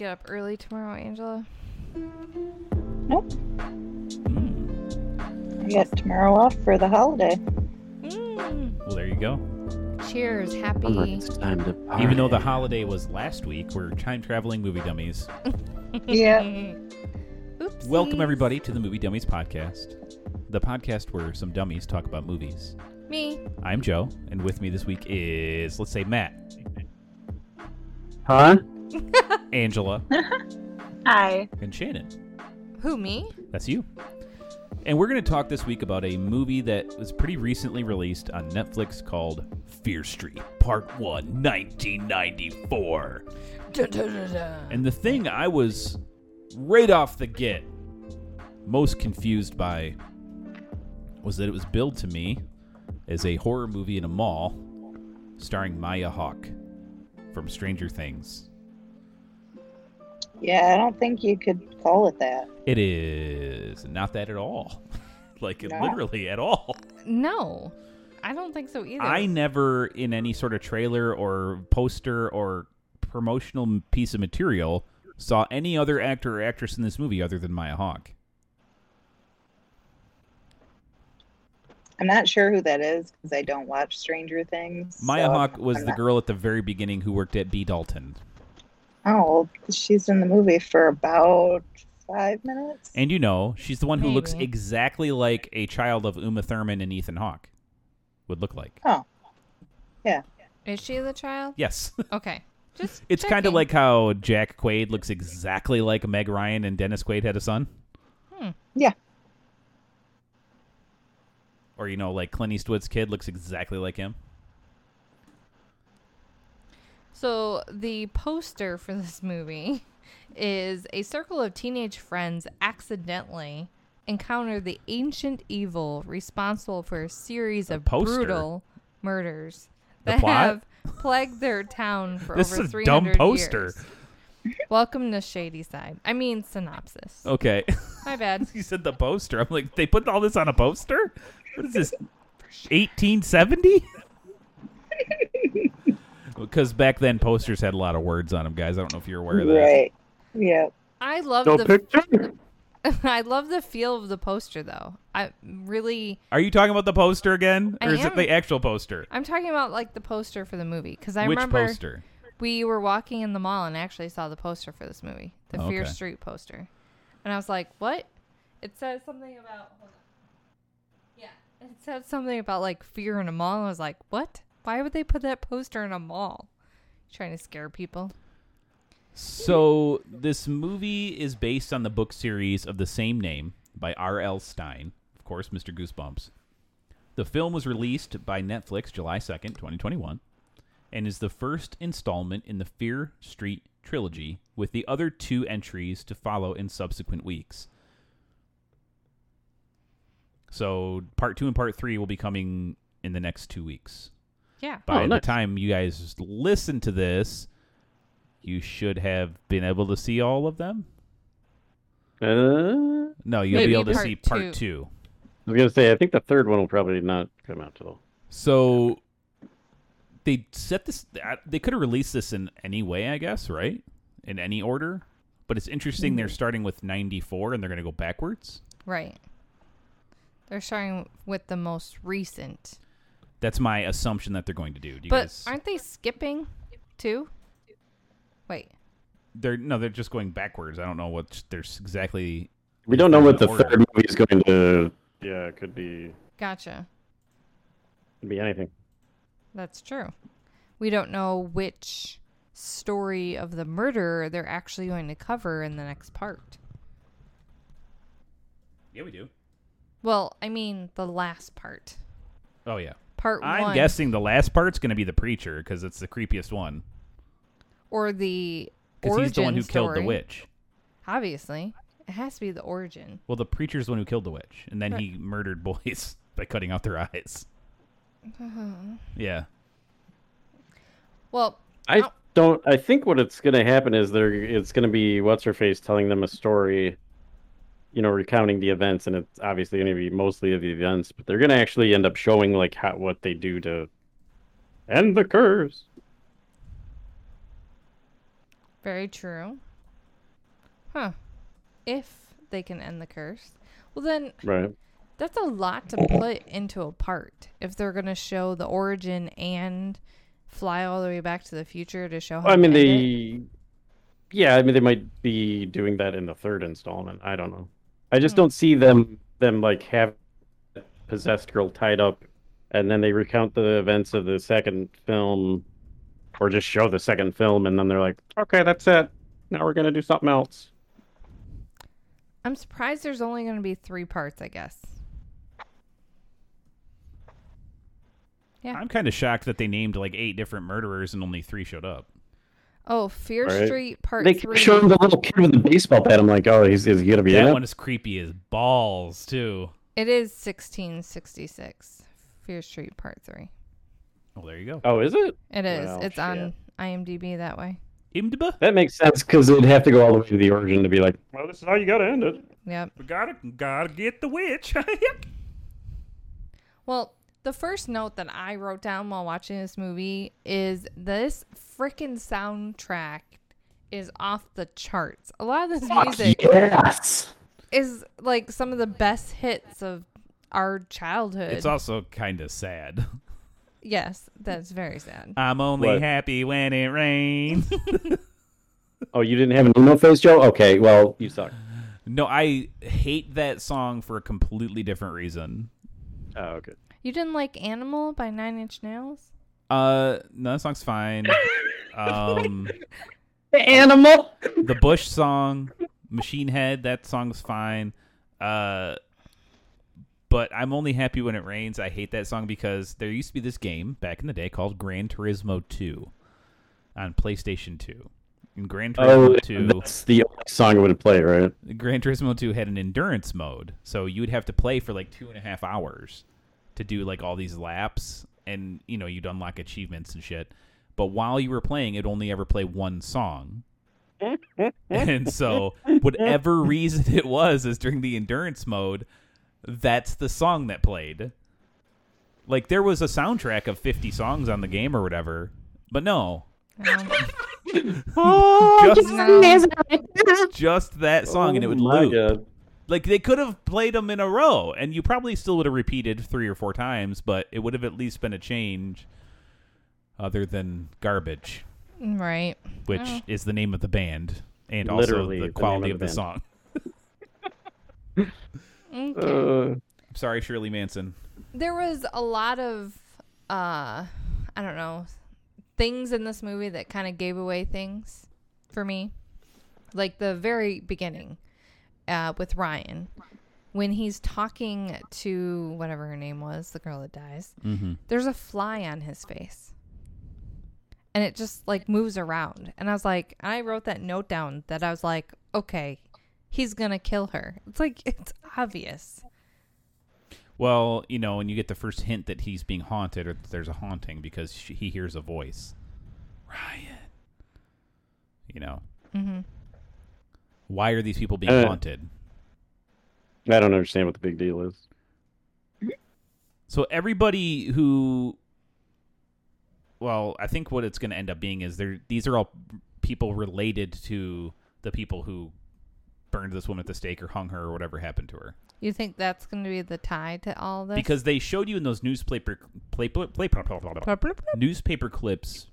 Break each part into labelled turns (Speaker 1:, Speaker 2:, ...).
Speaker 1: get up early tomorrow, Angela?
Speaker 2: Nope.
Speaker 3: Hmm.
Speaker 2: I got tomorrow off for the holiday.
Speaker 1: Mm.
Speaker 3: Well, there you go.
Speaker 1: Cheers.
Speaker 4: Summer,
Speaker 1: Happy.
Speaker 4: it's time to party.
Speaker 3: Even though the holiday was last week, we're time traveling movie dummies.
Speaker 2: Yeah.
Speaker 1: Mm. Oops.
Speaker 3: Welcome, everybody, to the Movie Dummies Podcast, the podcast where some dummies talk about movies.
Speaker 1: Me.
Speaker 3: I'm Joe, and with me this week is, let's say, Matt,
Speaker 4: Huh?
Speaker 3: Angela,
Speaker 2: Hi.
Speaker 3: and Shannon.
Speaker 1: Who, me?
Speaker 3: That's you. And we're going to talk this week about a movie that was pretty recently released on Netflix called Fear Street Part 1, 1994. And the thing I was right off the get most confused by was that it was billed to me as a horror movie in a mall starring Maya Hawke from Stranger Things.
Speaker 2: Yeah, I don't think you could call it that.
Speaker 3: It is not that at all. like,
Speaker 2: No.
Speaker 3: literally at all.
Speaker 1: No. I don't think so either.
Speaker 3: I never, in any sort of trailer or poster or promotional m- piece of material, saw any other actor or actress in this movie other than Maya Hawke.
Speaker 2: I'm not sure who that is because I don't watch Stranger Things.
Speaker 3: Maya
Speaker 2: so
Speaker 3: Hawke was
Speaker 2: I'm
Speaker 3: the
Speaker 2: not-
Speaker 3: girl at the very beginning who worked at B. Dalton.
Speaker 2: Oh, well, she's in the movie for about five minutes.
Speaker 3: And you know, she's the one who looks
Speaker 1: Maybe.
Speaker 3: exactly like a child of Uma Thurman and Ethan Hawke would look like.
Speaker 2: oh,
Speaker 1: Is she the child?
Speaker 3: Yes.
Speaker 1: Okay. Just.
Speaker 3: it's kind of
Speaker 1: checking.
Speaker 3: like how Jack Quaid looks exactly like Meg Ryan and Dennis Quaid had a son.
Speaker 1: Hmm.
Speaker 2: yeah.
Speaker 3: Or, you know, like Clint Eastwood's kid looks exactly like him.
Speaker 1: So the poster for this movie is a circle of teenage friends accidentally encounter the ancient evil responsible for a series of
Speaker 3: poster.
Speaker 1: brutal murders
Speaker 3: The
Speaker 1: that
Speaker 3: plot?
Speaker 1: have plagued their town for
Speaker 3: This
Speaker 1: over
Speaker 3: is a
Speaker 1: 300
Speaker 3: dumb poster.
Speaker 1: years. Welcome to Shady Side. I mean synopsis.
Speaker 3: Okay.
Speaker 1: My bad.
Speaker 3: you said the poster. I'm like, they put all this on a poster? What is this? 1870? Because back then, posters had a lot of words on them, guys. I don't know if you're aware of that.
Speaker 2: Right. Yeah.
Speaker 1: I love
Speaker 4: No
Speaker 1: the
Speaker 4: picture?
Speaker 1: I love the feel of the poster though. I really
Speaker 3: Are you talking about the poster again?
Speaker 1: I
Speaker 3: Or is
Speaker 1: am.
Speaker 3: it the actual poster?
Speaker 1: I'm talking about like the poster for the movie cuz I
Speaker 3: Which
Speaker 1: remember
Speaker 3: poster?
Speaker 1: we were walking in the mall and actually saw the poster for this movie, the
Speaker 3: Oh,
Speaker 1: Fear
Speaker 3: okay.
Speaker 1: Street poster, and I was like, "What?" It says something about. Hold on. Yeah, it said something about like fear in a mall. And I was like, "What? Why would they put that poster in a mall? Trying to scare people."
Speaker 3: So, this movie is based on the book series of the same name by R.L. Stein. Of course, Mr. Goosebumps. The film was released by Netflix July 2nd, 2021, and is the first installment in the Fear Street trilogy, with the other two entries to follow in subsequent weeks. So, part two and part three will be coming in the next two weeks.
Speaker 1: Yeah,
Speaker 3: By
Speaker 4: Oh,
Speaker 3: the
Speaker 4: nice.
Speaker 3: time you guys listen to this, you should have been able to see all of them.
Speaker 4: Uh, I
Speaker 3: No, you'll
Speaker 1: Maybe
Speaker 3: be able to
Speaker 1: part
Speaker 3: see part
Speaker 1: two.
Speaker 3: two.
Speaker 4: was gonna say I think the third one will probably not come out till
Speaker 3: So they set this. I- They could have released this in any way, I guess, right? In any order. But it's interesting
Speaker 1: Mm.
Speaker 3: they're starting with ninety four and they're going to go backwards.
Speaker 1: right. They're starting with the most recent,
Speaker 3: That's my assumption that they're going to do. do you
Speaker 1: but
Speaker 3: guys,
Speaker 1: aren't they skipping too? Wait,
Speaker 3: they're no, they're just going backwards. I don't know what there's exactly.
Speaker 4: we don't know what the
Speaker 3: Order.
Speaker 4: third movie is going to. Yeah, it could be
Speaker 1: gotcha.
Speaker 4: could be anything.
Speaker 1: That's true. We don't know which story of the murderer they're actually going to cover in the next part.
Speaker 3: Yeah, we do.
Speaker 1: Well, I mean, the last part.
Speaker 3: Oh yeah.
Speaker 1: Part
Speaker 3: I'm
Speaker 1: one.
Speaker 3: guessing the last part's going to be the preacher because it's the creepiest one
Speaker 1: Or the
Speaker 3: because he's the one
Speaker 1: origin
Speaker 3: who killed the
Speaker 1: story.
Speaker 3: witch.
Speaker 1: Obviously. It has to be the origin.
Speaker 3: Well, the preacher's the one who killed the witch, and then he murdered boys by cutting out their eyes.
Speaker 1: Uh-huh.
Speaker 3: yeah.
Speaker 1: Well,
Speaker 4: I
Speaker 1: Oh.
Speaker 4: don't. I think what it's going to happen is there. It's going to be what's her face telling them a story, you know, recounting the events, and it's obviously going to be mostly of the events, but they're going to actually end up showing like how, what they do to end the curse.
Speaker 1: very true. Huh. If they can end the curse. Well, then
Speaker 4: Right.
Speaker 1: that's a lot to put into a part. If they're going to show the origin and fly all the way back to the future to show how.
Speaker 4: I
Speaker 1: it
Speaker 4: mean,
Speaker 1: ended.
Speaker 4: they. Yeah, I mean, they might be doing that in the third installment. I don't know. I just
Speaker 1: Hmm.
Speaker 4: don't see them them like have that possessed girl tied up, and then they recount the events of the second film, or just show the second film, and then they're like, okay, that's it. Now we're gonna do something else.
Speaker 1: I'm surprised there's only going to be three parts, I guess. Yeah.
Speaker 3: I'm kind of shocked that they named like eight different murderers and only three showed up.
Speaker 1: Oh, Fear
Speaker 4: Right.
Speaker 1: Street Part
Speaker 4: They keep
Speaker 1: 3.
Speaker 4: showing the little kid with the baseball bat. I'm like, oh, he's is he gonna be in
Speaker 3: That
Speaker 4: it?
Speaker 3: one is creepy as balls too.
Speaker 1: It is 1666. Fear Street Part 3.
Speaker 3: Oh, there you go.
Speaker 4: Oh, is it?
Speaker 1: It is.
Speaker 4: Well,
Speaker 1: it's on IMDb that way.
Speaker 3: IMDb.
Speaker 4: That makes sense because it'd have to go all the way to the origin to be like, well, this is how you gotta end it.
Speaker 1: Yep.
Speaker 3: We gotta gotta get the witch.
Speaker 1: Well, the first note that I wrote down while watching this movie is this freaking soundtrack is off the charts. A lot of this music
Speaker 4: Yes.
Speaker 1: is like some of the best hits of our childhood.
Speaker 3: it's also kind of sad.
Speaker 1: yes, that's very sad.
Speaker 3: I'm only
Speaker 4: What?
Speaker 3: happy when it rains.
Speaker 4: Oh, you didn't have an emo face, Joe? Okay, well, you suck.
Speaker 3: no, I hate that song for a completely different reason.
Speaker 4: Oh, okay.
Speaker 1: You didn't like Animal by Nine Inch Nails?
Speaker 3: Uh, no, that song's fine. um,
Speaker 4: The animal.
Speaker 3: the Bush song, Machine Head, that song's fine. Uh, but I'm only happy when it rains. I hate that song because there used to be this game back in the day called Gran Turismo 2 on PlayStation 2. And Gran
Speaker 4: Oh,
Speaker 3: Turismo 2
Speaker 4: that's the only song I would play, right?
Speaker 3: Gran Turismo 2 had an endurance mode, so you'd have to play for like two and a half hours to do like all these laps, and you know you'd unlock achievements and shit. But while you were playing, it'd only ever play one song, and so whatever reason it was, is during the endurance mode, that's the song that played. Like there was a soundtrack of fifty songs on the game or whatever, but no,
Speaker 1: No.
Speaker 3: just
Speaker 1: No.
Speaker 3: just that song, and it would
Speaker 4: Oh my
Speaker 3: loop.
Speaker 4: God.
Speaker 3: Like they could have played them in a row, and you probably still would have repeated three or four times, but it would have at least been a change. Other than garbage,
Speaker 1: Right.
Speaker 3: which
Speaker 1: Oh.
Speaker 3: is the name of the band, and
Speaker 4: Literally
Speaker 3: also
Speaker 4: the
Speaker 3: the
Speaker 4: name
Speaker 3: quality
Speaker 4: of
Speaker 3: of the,
Speaker 4: the band.
Speaker 3: song.
Speaker 1: Okay.
Speaker 4: Uh,
Speaker 3: I'm sorry, Shirley Manson.
Speaker 1: there was a lot of uh i don't know things in this movie that kind of gave away things for me like the very beginning uh with ryan when he's talking to whatever her name was the girl that dies
Speaker 3: Mm-hmm.
Speaker 1: there's a fly on his face and it just like moves around and i was like i wrote that note down that i was like okay he's gonna kill her it's like it's obvious
Speaker 3: Well, you know, and you get the first hint that he's being haunted or that there's a haunting because she, he hears a voice. Ryan. You know,
Speaker 1: mm-hmm.
Speaker 3: why are these people being
Speaker 4: Uh,
Speaker 3: haunted?
Speaker 4: I don't understand what the big deal is.
Speaker 3: So everybody who, well, I think what it's going to end up being is there. These are all people related to the people who burned this woman at the stake or hung her or whatever happened to her.
Speaker 1: You think that's going to be the tie to all this?
Speaker 3: Because they showed you in those newspaper play, play, play,
Speaker 1: Blah, blah, blah.
Speaker 3: newspaper clips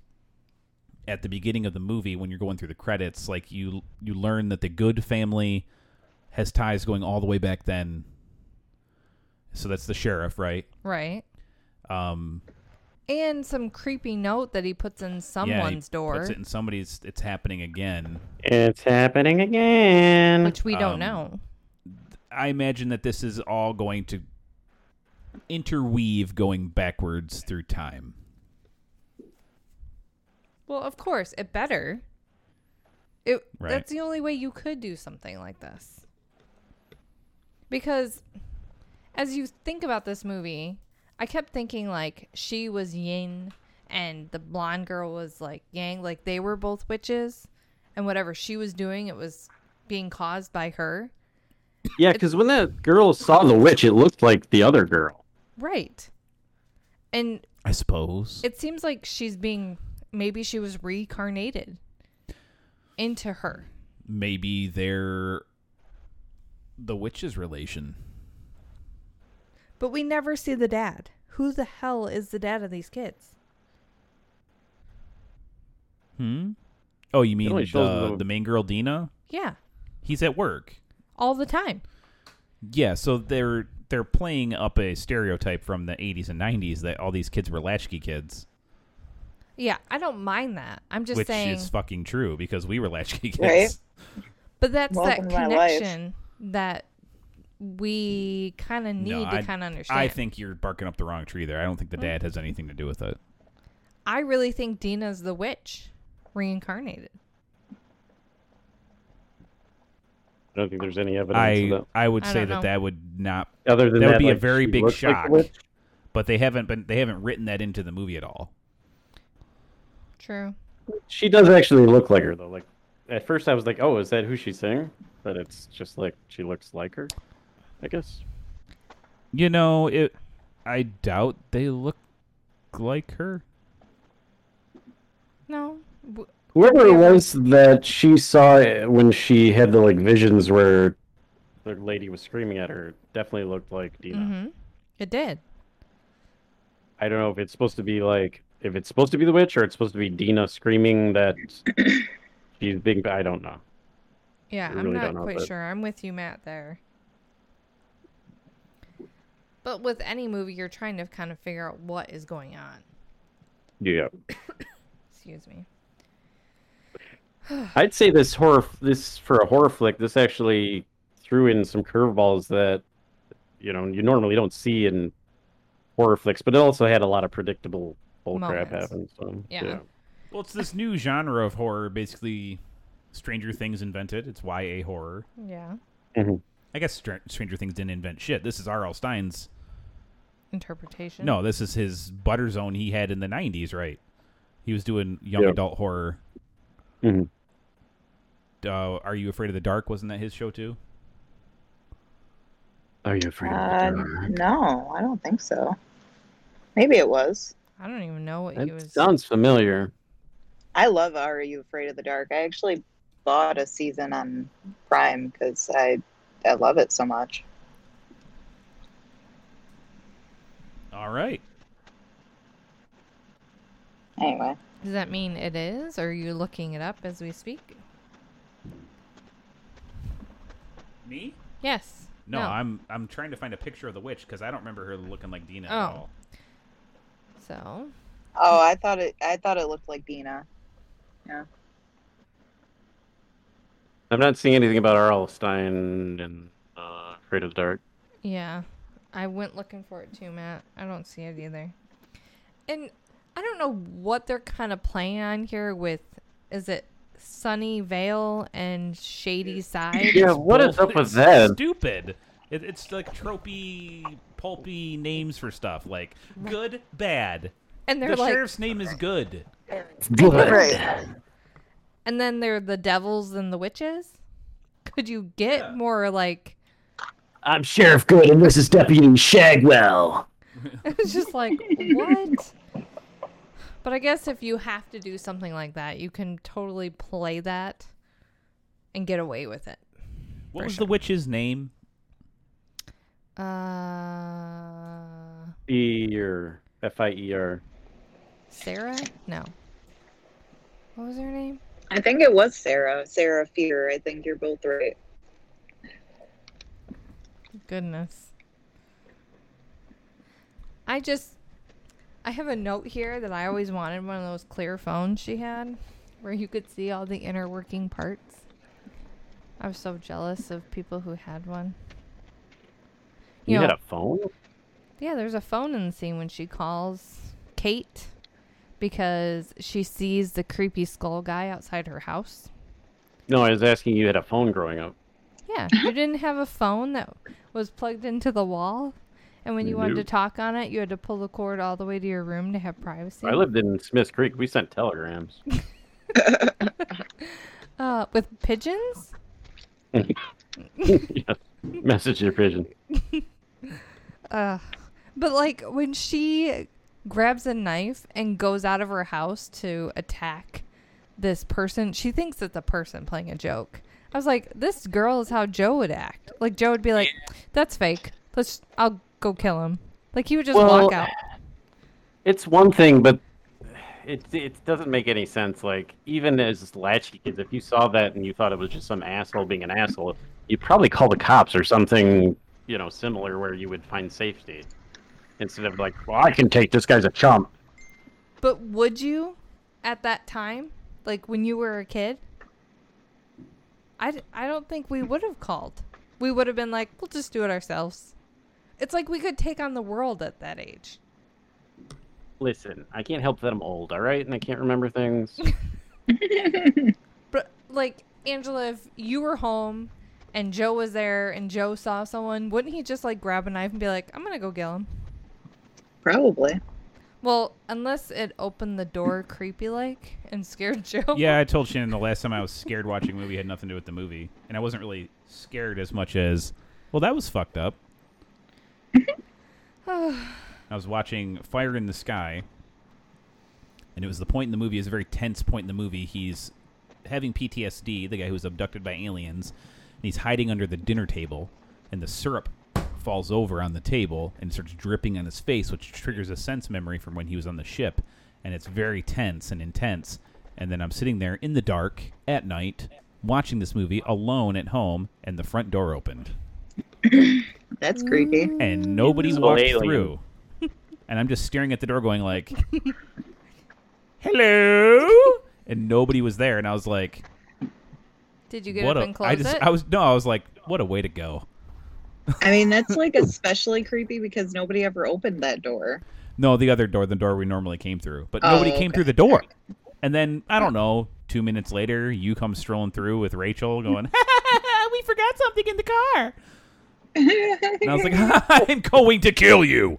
Speaker 3: at the beginning of the movie when you're going through the credits. Like you, you learn that the Good family has ties going all the way back then. So that's the sheriff, right?
Speaker 1: right.
Speaker 3: Um,
Speaker 1: And some creepy note that he puts in
Speaker 3: Yeah, he
Speaker 1: someone's door,
Speaker 3: Puts it in somebody's. It's happening again.
Speaker 4: It's happening again.
Speaker 1: which we don't
Speaker 3: um,
Speaker 1: know.
Speaker 3: I imagine that this is all going to interweave going backwards through time.
Speaker 1: Well, of course, it better. It
Speaker 3: Right.
Speaker 1: that's the only way you could do something like this. Because as you think about this movie, I kept thinking like she was yin and the blonde girl was like yang, like they were both witches and whatever she was doing it was being caused by her.
Speaker 4: yeah, because when that girl saw the witch, it looked like the other girl.
Speaker 1: Right. And
Speaker 3: I suppose.
Speaker 1: it seems like she's being maybe she was reincarnated into her.
Speaker 3: maybe they're the witch's relation.
Speaker 1: But we never see the dad. Who the hell is the dad of these kids?
Speaker 3: Hmm. Oh, you mean
Speaker 4: only shows
Speaker 3: the,
Speaker 4: the-
Speaker 3: the main girl Dina?
Speaker 1: Yeah,
Speaker 3: He's at work.
Speaker 1: all the time.
Speaker 3: Yeah, so they're they're playing up a stereotype from the 80s and 90s that all these kids were latchkey kids,
Speaker 1: Yeah, I don't mind that. I'm just
Speaker 3: which
Speaker 1: saying.
Speaker 3: is fucking true because we were latchkey kids.
Speaker 2: Right.
Speaker 1: but that's that
Speaker 2: Welcome to my life.
Speaker 1: connection that we kind of need
Speaker 3: No,
Speaker 1: to
Speaker 3: I-
Speaker 1: kind of understand.
Speaker 3: I think you're barking up the wrong tree there. I don't think the dad has anything to do with it.
Speaker 1: I really think Dina's the witch reincarnated.
Speaker 4: I don't think there's any evidence of
Speaker 3: I
Speaker 4: that.
Speaker 3: I would
Speaker 1: I
Speaker 3: say
Speaker 1: don't
Speaker 3: that
Speaker 1: know.
Speaker 3: that would not
Speaker 4: Other than
Speaker 3: that would be a
Speaker 4: like,
Speaker 3: very
Speaker 4: she
Speaker 3: big
Speaker 4: looks like a
Speaker 3: shock.
Speaker 4: witch.
Speaker 3: but they haven't been they haven't written that into the movie at all.
Speaker 1: True.
Speaker 4: She does actually look like her though. Like at first I was like, "Oh, is that who she's saying?" But it's just like she looks like her. I guess.
Speaker 3: You know, it I doubt they look like her.
Speaker 1: No. W-
Speaker 4: Whoever it was that she saw when she had the like visions where the lady was screaming at her definitely looked like Dina.
Speaker 1: mhm. It did.
Speaker 4: I don't know if it's supposed to be like if it's supposed to be the witch or it's supposed to be Dina screaming that she's being. I don't know.
Speaker 1: Yeah,
Speaker 4: I
Speaker 1: I'm
Speaker 4: really
Speaker 1: not
Speaker 4: don't know,
Speaker 1: quite
Speaker 4: but-
Speaker 1: sure. I'm with you, Matt, there. But with any movie, you're trying to kind of figure out what is going on.
Speaker 4: Yeah.
Speaker 1: Excuse me.
Speaker 4: I'd say this horror, this for a horror flick, this actually threw in some curveballs that you know you normally don't see in horror flicks, but it also had a lot of predictable bull crap
Speaker 1: Moments.
Speaker 4: happen. So
Speaker 1: Yeah.
Speaker 3: Well, it's this new genre of horror basically Stranger Things invented. It's YA horror.
Speaker 1: Yeah.
Speaker 3: I guess Str- Stranger Things didn't invent shit. This is R.L. Stein's.
Speaker 1: Interpretation.
Speaker 3: No, this is his butter zone he had in the 90s, right? He was doing young
Speaker 4: Yeah.
Speaker 3: adult horror.
Speaker 4: Mhm.
Speaker 3: Uh, Are You Afraid of the Dark? Wasn't that his show, too?
Speaker 4: Are you afraid?
Speaker 2: Uh, no, I don't think so. Maybe it was.
Speaker 1: I don't even know what you was.
Speaker 4: sounds familiar.
Speaker 2: I love Are You Afraid of the Dark. I actually bought a season on Prime because I I love it so much.
Speaker 3: All right.
Speaker 2: Anyway,
Speaker 1: Does that mean it is? Or are you looking it up as we speak?
Speaker 3: Me?
Speaker 1: Yes.
Speaker 3: No, I'm I'm trying to find a picture of the witch because I don't remember her looking like Dina at
Speaker 1: Oh.
Speaker 3: all.
Speaker 1: So
Speaker 2: oh, I thought it I thought it looked like Dina.
Speaker 4: I'm not seeing anything about R.L. Stein and uh, Afraid of the Dark.
Speaker 1: yeah, I went looking for it too, Matt. I don't see it either. And I don't know what they're kind of playing on here with. Is it Sunny Vale and Shady Side?
Speaker 4: Yeah, what is up
Speaker 3: Bull-
Speaker 4: with
Speaker 3: it's
Speaker 4: that?
Speaker 3: Stupid. It, it's like tropey, pulpy names for stuff like good, bad.
Speaker 1: And they're
Speaker 3: the
Speaker 1: like,
Speaker 3: sheriff's name is good.
Speaker 2: Right.
Speaker 1: and then they're the devils and the witches. Could you get
Speaker 3: Yeah.
Speaker 1: more like?
Speaker 5: I'm Sheriff Good, and this is Deputy Shagwell.
Speaker 1: It's just like what? But I guess if you have to do something like that, you can totally play that and get away with it.
Speaker 3: What was the witch's name?
Speaker 1: Uh,
Speaker 4: E or F I E R.
Speaker 1: Sarah? No. What was her name?
Speaker 2: I think it was Sarah. Sarah Fear. I think you're both right.
Speaker 1: Goodness. I just, I have a note here that I always wanted one of those clear phones she had, where you could see all the inner working parts. I was so jealous of people who had one.
Speaker 4: You
Speaker 1: Yeah.
Speaker 4: had a phone?
Speaker 1: Yeah, there's a phone in the scene when she calls Kate because she sees the creepy skull guy outside her house.
Speaker 4: No, I was asking you had a phone growing up.
Speaker 1: Yeah,
Speaker 4: Uh-huh.
Speaker 1: you didn't have a phone that was plugged into the wall, and when you wanted to
Speaker 4: Nope.
Speaker 1: talk on it, you had to pull the cord all the way to your room to have privacy.
Speaker 4: I lived in Smiths Creek. We sent telegrams.
Speaker 1: uh, with pigeons.
Speaker 4: yes. Message your pigeon.
Speaker 1: Uh, but like when she grabs a knife and goes out of her house to attack this person, she thinks it's a person playing a joke I was like, this girl is how Joe would act. Like Joe would be like, that's fake. Let's. I'll go kill him. Like he would just walk
Speaker 4: Well,
Speaker 1: out.
Speaker 4: It's one thing, but it it doesn't make any sense. Like even as latchkey kids, if you saw that and you thought it was just some asshole being an asshole, you'd probably call the cops or something, you know, similar where you would find safety instead of like, well, I can take this guy's a chump.
Speaker 1: But would you, at that time, like when you were a kid? I, d- I don't think we would have called. We would have been like, we'll just do it ourselves. It's like we could take on the world at that age.
Speaker 4: Listen, I can't help that I'm old, all right, and I can't remember things.
Speaker 1: But like Angela, if you were home and Joe was there and Joe saw someone, wouldn't he just like grab a knife and be like, "I'm gonna go kill him"?
Speaker 2: Probably.
Speaker 1: Well, unless it opened the door creepy like and scared Joe.
Speaker 3: Yeah, I told Shannon the last time I was scared watching a movie had nothing to do with the movie, and I wasn't really scared as much as well. That was fucked up. I was watching Fire in the Sky, and it was the point in the movie. It's a very tense point in the movie. He's having PTSD, the guy who was abducted by aliens, and he's hiding under the dinner table, and the syrup falls over on the table and starts dripping on his face, which triggers a sense memory from when he was on the ship, and it's very tense and intense. And then I'm sitting there in the dark at night watching this movie alone at home, and the front door opened,
Speaker 2: That's creepy.
Speaker 3: and nobody
Speaker 4: Invisible
Speaker 3: walked
Speaker 4: alien.
Speaker 3: through, and I'm just staring at the door, going like, "Hello," and nobody was there, and I was like.
Speaker 1: Did you get
Speaker 3: what
Speaker 1: up
Speaker 3: a-
Speaker 1: and close
Speaker 3: I just,
Speaker 1: it?
Speaker 3: I was no, I was like, what a way to go.
Speaker 2: I mean, that's like especially creepy because nobody ever opened that door.
Speaker 3: No, the other door, the door we normally came through, but
Speaker 2: Oh,
Speaker 3: nobody came
Speaker 2: okay.
Speaker 3: through the door. And then I don't know, two minutes later, you come strolling through with Rachel, going, "We forgot something in the car," and I was like, "I'm going to kill you."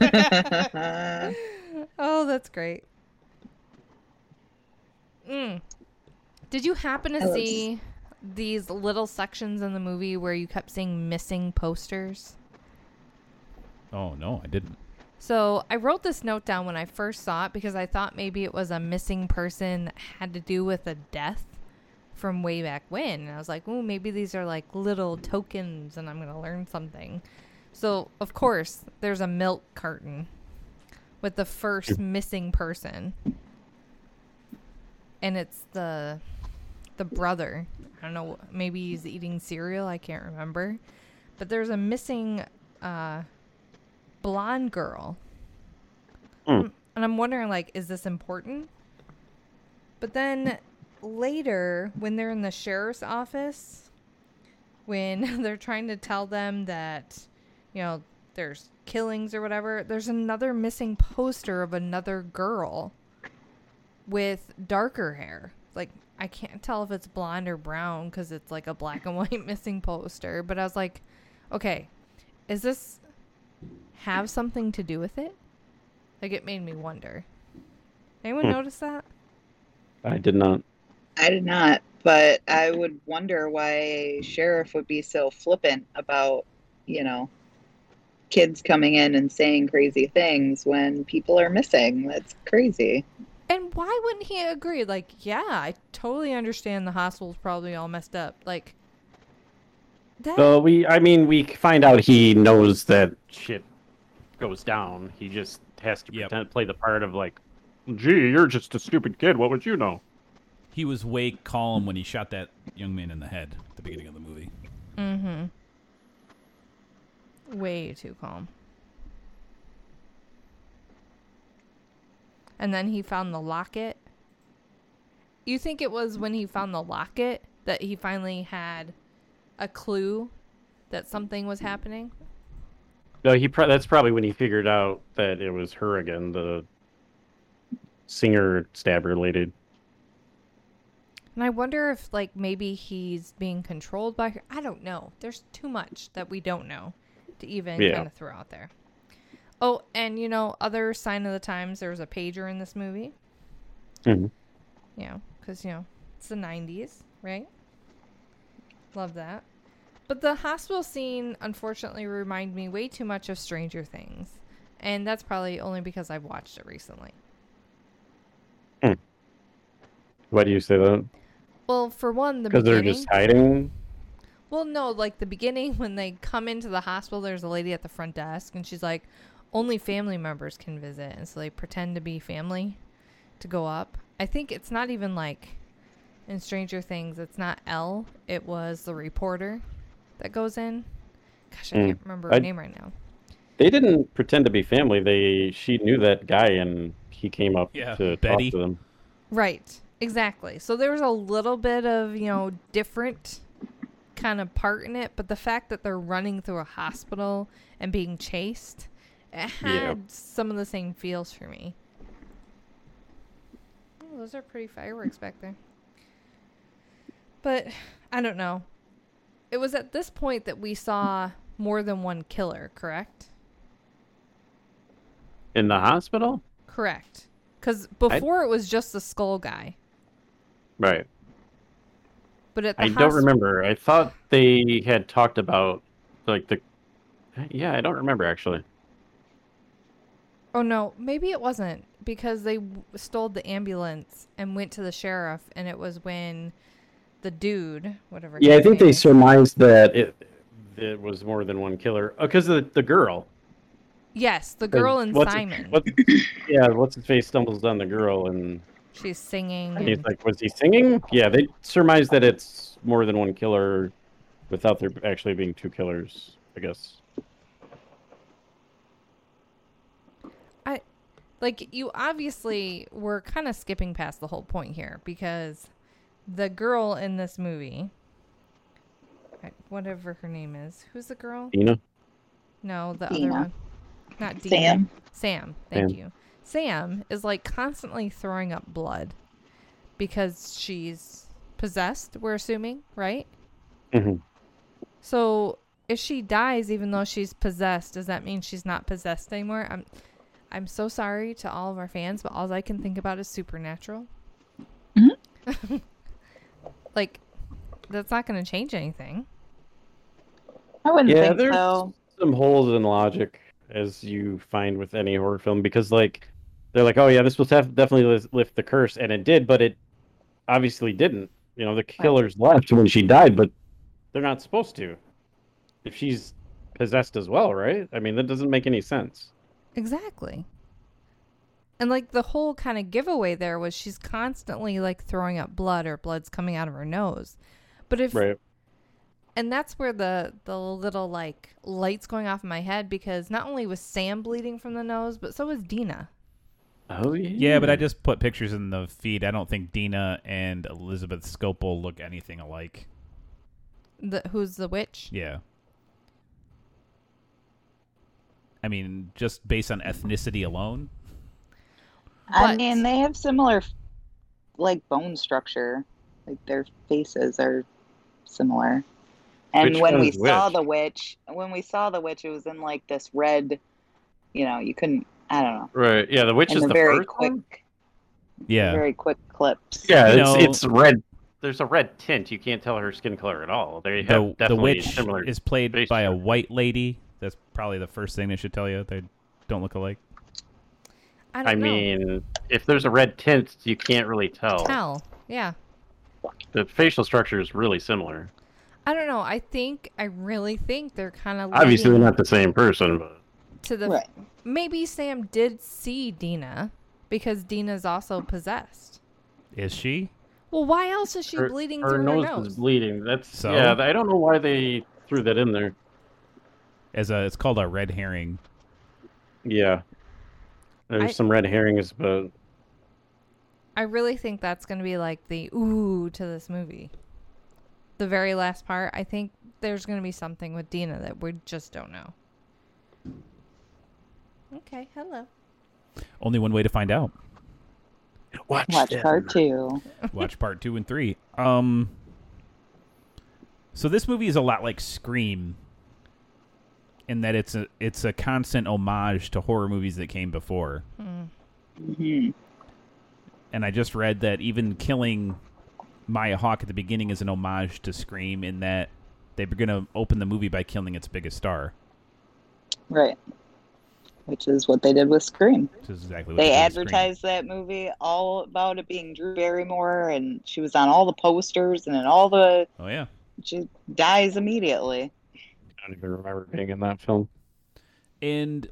Speaker 1: oh, that's great. Mm. Did you happen to
Speaker 2: love
Speaker 1: see these little sections in the movie where you kept seeing missing posters?
Speaker 3: Oh no, I didn't.
Speaker 1: So I wrote this note down when I first saw it because I thought maybe it was a missing person that had to do with a death from way back when. And I was like, ooh, maybe these are like little tokens and I'm going to learn something. So, of course, there's a milk carton with the first missing person. And it's the the brother. I don't know, maybe he's eating cereal, I can't remember. But there's a missing uh blonde girl. Um,
Speaker 4: Hmm.
Speaker 1: And I'm wondering, like, is this important? But then later, when they're in the sheriff's office, when they're trying to tell them that, you know, there's killings or whatever, there's another missing poster of another girl with darker hair. Like, I can't tell if it's blonde or brown because it's like a black and white missing poster. But I was like, okay, is this have something to do with it? Like it made me wonder. Anyone
Speaker 4: Hmm.
Speaker 1: notice that?
Speaker 4: I did not.
Speaker 2: I did not, but I would wonder why sheriff would be so flippant about, you know, kids coming in and saying crazy things when people are missing. That's crazy.
Speaker 1: And why wouldn't he agree? Like, yeah, I totally understand the hospital's probably all messed up. Like that
Speaker 4: Well, we, I mean, we find out he knows that shit goes down. He just has to
Speaker 3: Yep.
Speaker 4: pretend, play the part of like, gee, you're just a stupid kid. What would you know?
Speaker 3: He was way calm when he shot that young man in the head at the beginning of the movie.
Speaker 1: Mm-hmm. Way too calm. And then he found the locket. You think it was when he found the locket that he finally had a clue that something
Speaker 4: Hmm.
Speaker 1: was happening?
Speaker 4: No, he. Pro- that's probably when he figured out that it was her again, the singer stabber lady.
Speaker 1: And I wonder if, like, maybe he's being controlled by her. I don't know. There's too much that we don't know to even
Speaker 4: Yeah.
Speaker 1: kind of throw out there. Oh, and you know, other sign of the times, there was a pager in this movie.
Speaker 4: Mhm.
Speaker 1: Yeah, because, you know, it's the 90s, right? Love that. But the hospital scene, unfortunately, reminded me way too much of Stranger Things. And that's probably only because I've watched it recently.
Speaker 4: Why do you say that?
Speaker 1: Well, for one, the
Speaker 4: because they're
Speaker 1: beginning.
Speaker 4: just hiding.
Speaker 1: Well, no, like the beginning when they come into the hospital, there's a lady at the front desk, and she's like, "Only family members can visit," and so they pretend to be family to go up. I think it's not even like in Stranger Things. It's not L. It was the reporter that goes in. Gosh, I
Speaker 4: Mm.
Speaker 1: can't remember her
Speaker 4: I-
Speaker 1: name right now.
Speaker 4: They didn't pretend to be family. They she knew that guy and he came up
Speaker 3: Yeah,
Speaker 4: to
Speaker 3: Betty.
Speaker 4: talk to them.
Speaker 1: Right. Exactly. So there was a little bit of, you know, different kind of part in it, but the fact that they're running through a hospital and being chased, it had
Speaker 4: Yeah.
Speaker 1: some of the same feels for me. Oh, those are pretty fireworks back there. But I don't know. It was at this point that we saw more than one killer, correct?
Speaker 4: In the hospital?
Speaker 1: Correct. Because before it was just the skull guy,
Speaker 4: Right.
Speaker 1: but at the
Speaker 4: I
Speaker 1: hosp-
Speaker 4: don't remember. I thought they had talked about like the Yeah, I don't remember actually.
Speaker 1: Oh no, maybe it wasn't because they w- stole the ambulance and went to the sheriff, and it was when the dude, whatever.
Speaker 5: Yeah, I
Speaker 1: his
Speaker 5: think
Speaker 1: name
Speaker 5: they
Speaker 1: is-
Speaker 5: surmised that.
Speaker 4: It it was more than one killer. Because the the girl.
Speaker 1: Yes, the girl and
Speaker 4: what's
Speaker 1: Simon.
Speaker 4: What, yeah, what's his face stumbles on the girl and,
Speaker 1: She's singing.
Speaker 4: and he's
Speaker 1: and-
Speaker 4: like, Was he singing? Yeah, they surmise that it's more than one killer without there actually being two killers, I guess.
Speaker 1: like you obviously were kind of skipping past the whole point here because the girl in this movie, I- whatever her name is, who's the girl?
Speaker 4: You know?
Speaker 1: No, the
Speaker 2: Dina.
Speaker 1: other one. Not Dina.
Speaker 2: Sam.
Speaker 1: Sam, thank
Speaker 4: Sam.
Speaker 1: you. Sam is like constantly throwing up blood because she's possessed, we're assuming, right?
Speaker 4: Mhm.
Speaker 1: So if she dies even though she's possessed, does that mean she's not possessed anymore? I'm I'm so sorry to all of our fans, but all I can think about is supernatural. like that's not going to change anything.
Speaker 2: I wouldn't
Speaker 4: Yeah,
Speaker 2: think
Speaker 4: there's
Speaker 2: so.
Speaker 4: some holes in logic as you find with any horror film because like they're like, oh yeah, this will def- definitely li- lift the curse, and it did, but it obviously didn't. You know, the killer's left when she died, but they're not supposed to. If she's possessed as well, right? I mean, that doesn't make any sense.
Speaker 1: Exactly. And like the whole kind of giveaway there was she's constantly like throwing up blood or blood's coming out of her nose. But if
Speaker 4: Right.
Speaker 1: and that's where the the little like lights going off in my head because not only was Sam bleeding from the nose, but so was Dina.
Speaker 4: Oh
Speaker 3: Yeah, but I just put pictures in the feed. I don't think Dina and Elizabeth Scopel look anything alike.
Speaker 1: The who's the witch?
Speaker 3: Yeah. I mean, just based on ethnicity alone.
Speaker 2: I
Speaker 1: But-
Speaker 2: mean, they have similar, like bone structure. Like their faces are similar. And
Speaker 4: Which
Speaker 2: when
Speaker 4: one
Speaker 2: we
Speaker 4: is
Speaker 2: saw
Speaker 4: which?
Speaker 2: the witch, when we saw the witch, it was in like this red. You know, you couldn't. I don't know.
Speaker 4: right. Yeah, the witch
Speaker 2: in
Speaker 4: is
Speaker 2: the,
Speaker 4: the
Speaker 2: very
Speaker 4: first
Speaker 2: quick,
Speaker 4: one?
Speaker 3: Yeah.
Speaker 2: very quick clips.
Speaker 4: Yeah,
Speaker 3: You
Speaker 4: it's
Speaker 3: know-
Speaker 4: it's red. There's a red tint. You can't tell her skin color at all. They have
Speaker 3: The, the
Speaker 4: definitely
Speaker 3: witch
Speaker 4: similar.
Speaker 3: is played
Speaker 4: face
Speaker 3: by a
Speaker 4: structure.
Speaker 3: white lady. That's probably the first thing they should tell you. They don't look alike.
Speaker 1: I don't
Speaker 4: I
Speaker 1: know.
Speaker 4: mean, if there's a red tint, you can't really
Speaker 1: Tell. Yeah.
Speaker 4: the facial structure is really similar.
Speaker 1: I don't know. I think I really think they're kind of
Speaker 4: Obviously, they're not the same person, but
Speaker 1: to the
Speaker 2: Right.
Speaker 1: maybe Sam did see Dina because Dina's also possessed.
Speaker 3: Is she?
Speaker 1: Well, why else is she
Speaker 4: her,
Speaker 1: bleeding
Speaker 4: her
Speaker 1: through
Speaker 4: nose,
Speaker 1: her nose?
Speaker 4: is bleeding. That's
Speaker 3: So?
Speaker 4: yeah. I don't know why they threw that in there.
Speaker 3: As a, it's called a red herring.
Speaker 4: Yeah, there's
Speaker 1: I-
Speaker 4: some red herrings, but
Speaker 1: I really think that's going to be like the ooh to this movie. The very last part, I think there's going to be something with Dina that we just don't know. Okay, hello.
Speaker 3: Only one way to find out.
Speaker 5: Watch,
Speaker 2: Watch
Speaker 5: them.
Speaker 2: part two.
Speaker 3: Watch part two and three. Um. So this movie is a lot like Scream, in that it's a it's a constant homage to horror movies that came before.
Speaker 1: Mm.
Speaker 2: hmm
Speaker 3: and I just read that even killing Maya Hawk at the beginning is an homage to Scream in that they're going to open the movie by killing its biggest star.
Speaker 2: Right. which is what they did with Scream.
Speaker 3: Which is exactly what
Speaker 2: They
Speaker 3: did with
Speaker 2: advertised that movie all about it being Drew Barrymore, and she was on all the posters and in all the.
Speaker 3: Scream. Oh yeah,
Speaker 2: She dies immediately.
Speaker 4: I don't even remember being in that film.
Speaker 3: and